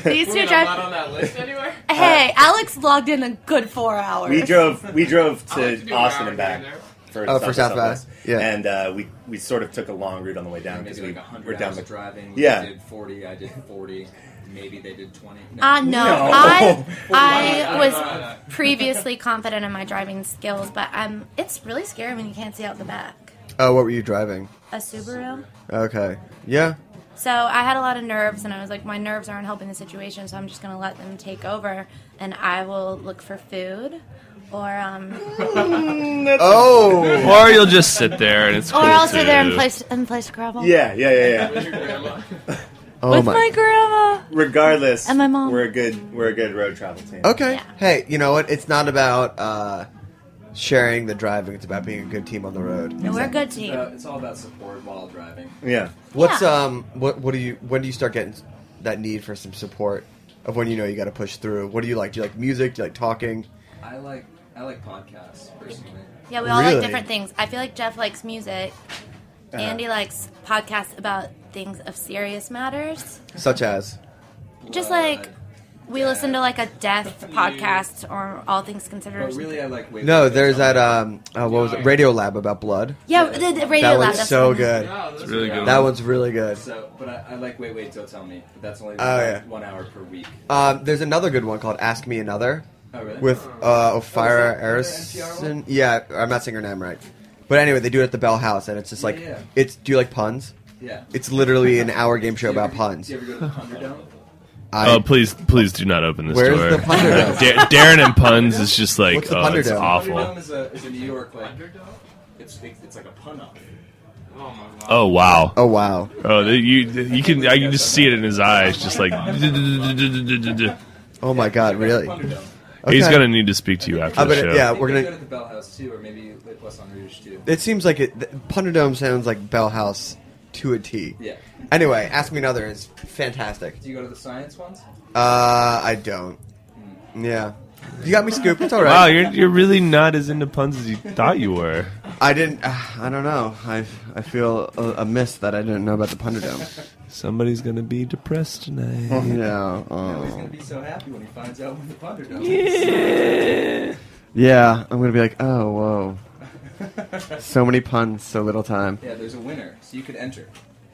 these two We're drive. not on that list anywhere? Hey, Alex logged in a good four hours. we drove we drove to Austin and back for Oh, for South South Southwest. by. Yeah. and uh, we we sort of took a long route on the way down because Maybe we like 100 were down hours the of driving. We Yeah, did 40. I did 40. Maybe they did 20. Uh, no, No. I Why I not? was previously confident in my driving skills, but um, it's really scary when you can't see out the back. Oh, what were you driving? A Subaru. Okay. Yeah. So I had a lot of nerves, and I was like, my nerves aren't helping the situation, so I'm just gonna let them take over, and I will look for food, or um, Oh. Or you'll just sit there and it's or cool I'll sit there and too. play and play Scrabble. yeah, yeah, yeah. yeah. Oh With my grandma. Regardless, And my mom. we're a good we're a good road travel team. Okay. Hey, you know what? It's not about uh, sharing the driving. It's about being a good team on the road. good team. it's all about support while driving. Yeah. What's um what what do you when do you start getting that need for some support of when you know you got to push through? What do you like? Do you like music? Do you like talking? I like I like podcasts personally. Yeah, we all Really? like different things. I feel like Jeff likes music. Uh-huh. Andy likes podcasts about things of serious matters. Such as Just like we listen to like a death podcast or all things considered. or But really, I like wait. No, there's that um uh, what was it? Radio Lab about blood. Yeah, the- the Radio that Lab, one's that's so what it is. good. Yeah, It's that's really a good good That one. one's really good. So, but I, I like wait wait don't tell me. But that's only Oh, yeah. one hour per week. Um, there's another good one called Ask Me Another Oh, really? with uh, Ophira Oh, is that another NPR Arison. Yeah, I'm not saying her name right. But anyway, they do it at the Bell House, and it's just Yeah, like yeah. it's. Do you like puns? Yeah. It's literally an hour game show Do you about ever- puns. Do you ever go to the Thunderdome? I- oh, please, please do not open this Where's door. the Punderdome? Da- Darren and puns is just like, What's the oh, it's Punderdome? awful. Thunderdome is a is a New York like it's it's like a pun up. Oh my god. Oh wow. Oh wow. Oh, the- you you can I can just see it in his eyes, just like. Oh my god, really? He's Okay. gonna need to speak to you after Uh, the but, show. yeah, we're Maybe gonna- go to the Bell House too, or maybe Lake Wesson Rouge too. It seems like it. th- Punderdome sounds like Bell House to a T. Yeah. Anyway, Ask Me Another is fantastic. Do you go to the science ones? Uh, I don't. Yeah. You got me scooped. It's all right. Wow, you're you're really not as into puns as you thought you were. I didn't. Uh, I don't know. I I feel a, a miss that I didn't know about the Punderdome. Somebody's gonna be depressed tonight. Oh, yeah. No, he's Oh. gonna be so happy when he finds out when the Thunderdome. Yeah. is. Yeah. I'm gonna be like, oh, whoa. so many puns, so little time. Yeah, there's a winner, so you could enter.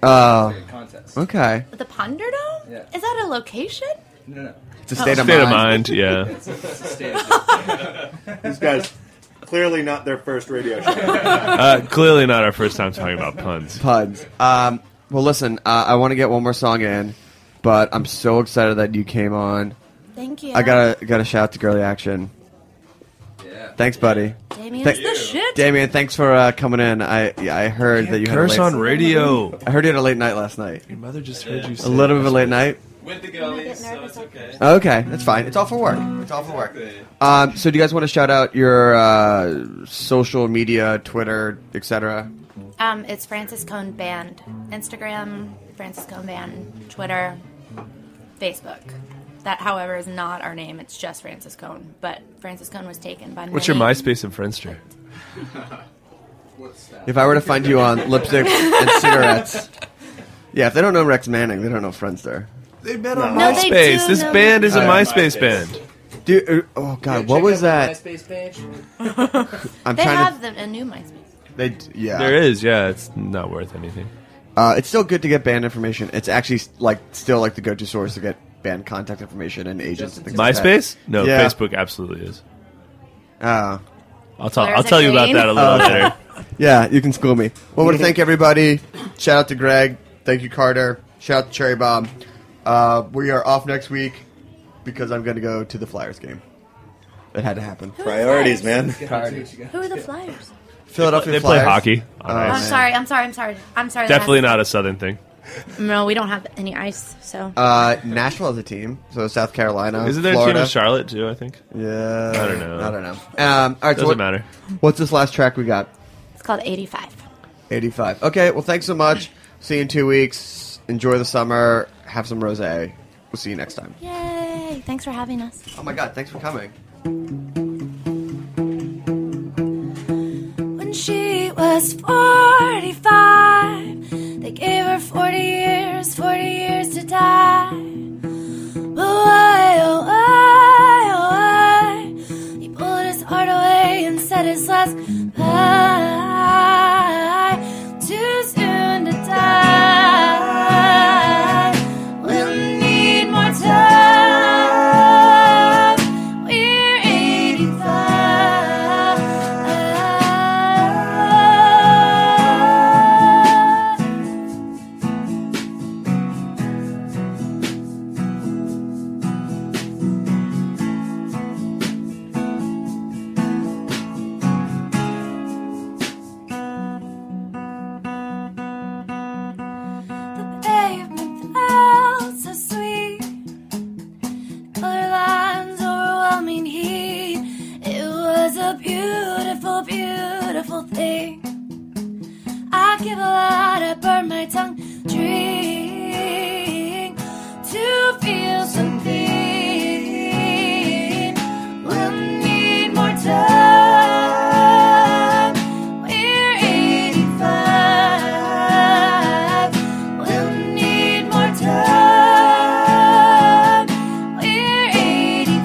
Oh. It's like a contest. Okay. The Ponderdome? Yeah. Is that a location? No, no. It's a state of Oh, State of mind. mind, yeah. It's a, it's a stage. It's- These guys clearly not their first radio show. Uh, clearly not our first time talking about puns. Puns. Um. Well, listen. Uh, I want to get one more song in, but I'm so excited that you came on. Thank you. I gotta gotta shout to Girly Action. Yeah. Thanks, buddy. Damien's Thank- the shit. Damien, thanks for uh, coming in. I yeah, I heard that you had a curse late- on radio. I heard you had a late night last night. Your mother just heard you. A little bit of a late night. With the gullies, so it's okay. Okay, that's fine. It's all for work. It's all for work. Um, so, do you guys want to shout out your uh, social media, Twitter, etc.? Um, it's Francis Cone Band. Instagram, Francis Cone Band. Twitter, Facebook. That, however, is not our name. It's just Francis Cone. But Francis Cone was taken by. What's your many- MySpace and Friendster? What's that? If I were to find you on lipsticks and cigarettes, yeah. If they don't know Rex Manning, they don't know Friendster. They met on No, they MySpace. do This know- band is a All right. MySpace band. Dude, er, oh god, Yeah, what check was out that? the MySpace page. I'm they trying to- have the, a new MySpace. They d- yeah. There is, yeah. It's not worth anything. Uh, it's still good to get band information. It's actually like still like the go-to source to get band contact information and agents. And things like that. MySpace? No, Yeah. Facebook absolutely is. Uh, I'll tell. I'll tell you about that a little Oh, okay. later. yeah, you can school me. Well, I want to thank everybody. Shout out to Greg. Thank you, Carter. Shout out to Cherry Bomb. Uh, we are off next week because I'm going to go to the Flyers game. It had to happen. Priorities, man. Who are the Flyers? Philadelphia They play Flyers. hockey. Oh, All right. I'm sorry. I'm sorry. I'm sorry. I'm sorry. Definitely not a southern thing. not. No, we don't have any ice. So. Uh, Nashville has a team, so South Carolina. Isn't there a team in Uh, Florida. Charlotte too? I think. Yeah, I don't know. I don't know. Um, all right, so Doesn't what- matter. What's this last track we got? it's called 85. 85. Okay, well, thanks so much. See you in two weeks. Enjoy the summer. Have some rose. We'll see you next time. Yay! Thanks for having us. Oh my god, thanks for coming. When she was 45, they gave her 40 years, 40 years to die. But why, oh, why, oh, why? He pulled his heart away and said his last goodbye. Too soon to die. We'll need more time. We're 85. pavement felt so sweet. Color lines, overwhelming heat. It was a beautiful, beautiful thing. I give a lot, I burn my tongue, drink to feel something. We'll need more time. We're 85. We'll need more time. We're 85.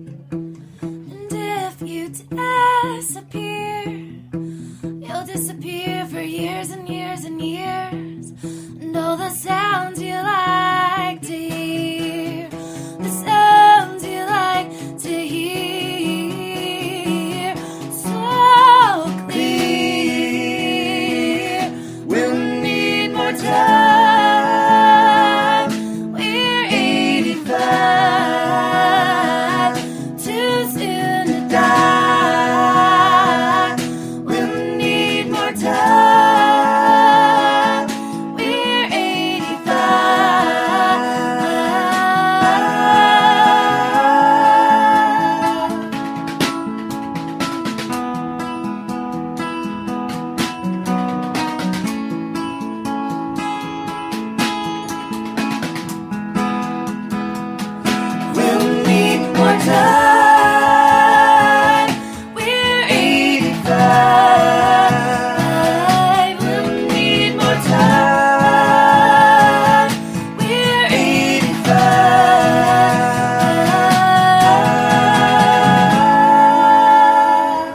And if you disappear, you'll disappear for years and years and years. And all the sounds you like to hear, the sounds you like to hear, so clear. We'll need more time. We're 85 too soon to die. We'll need more time. We're 85. We'll need more time. We're 85. We'll need more time. We're 85.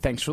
Thanks for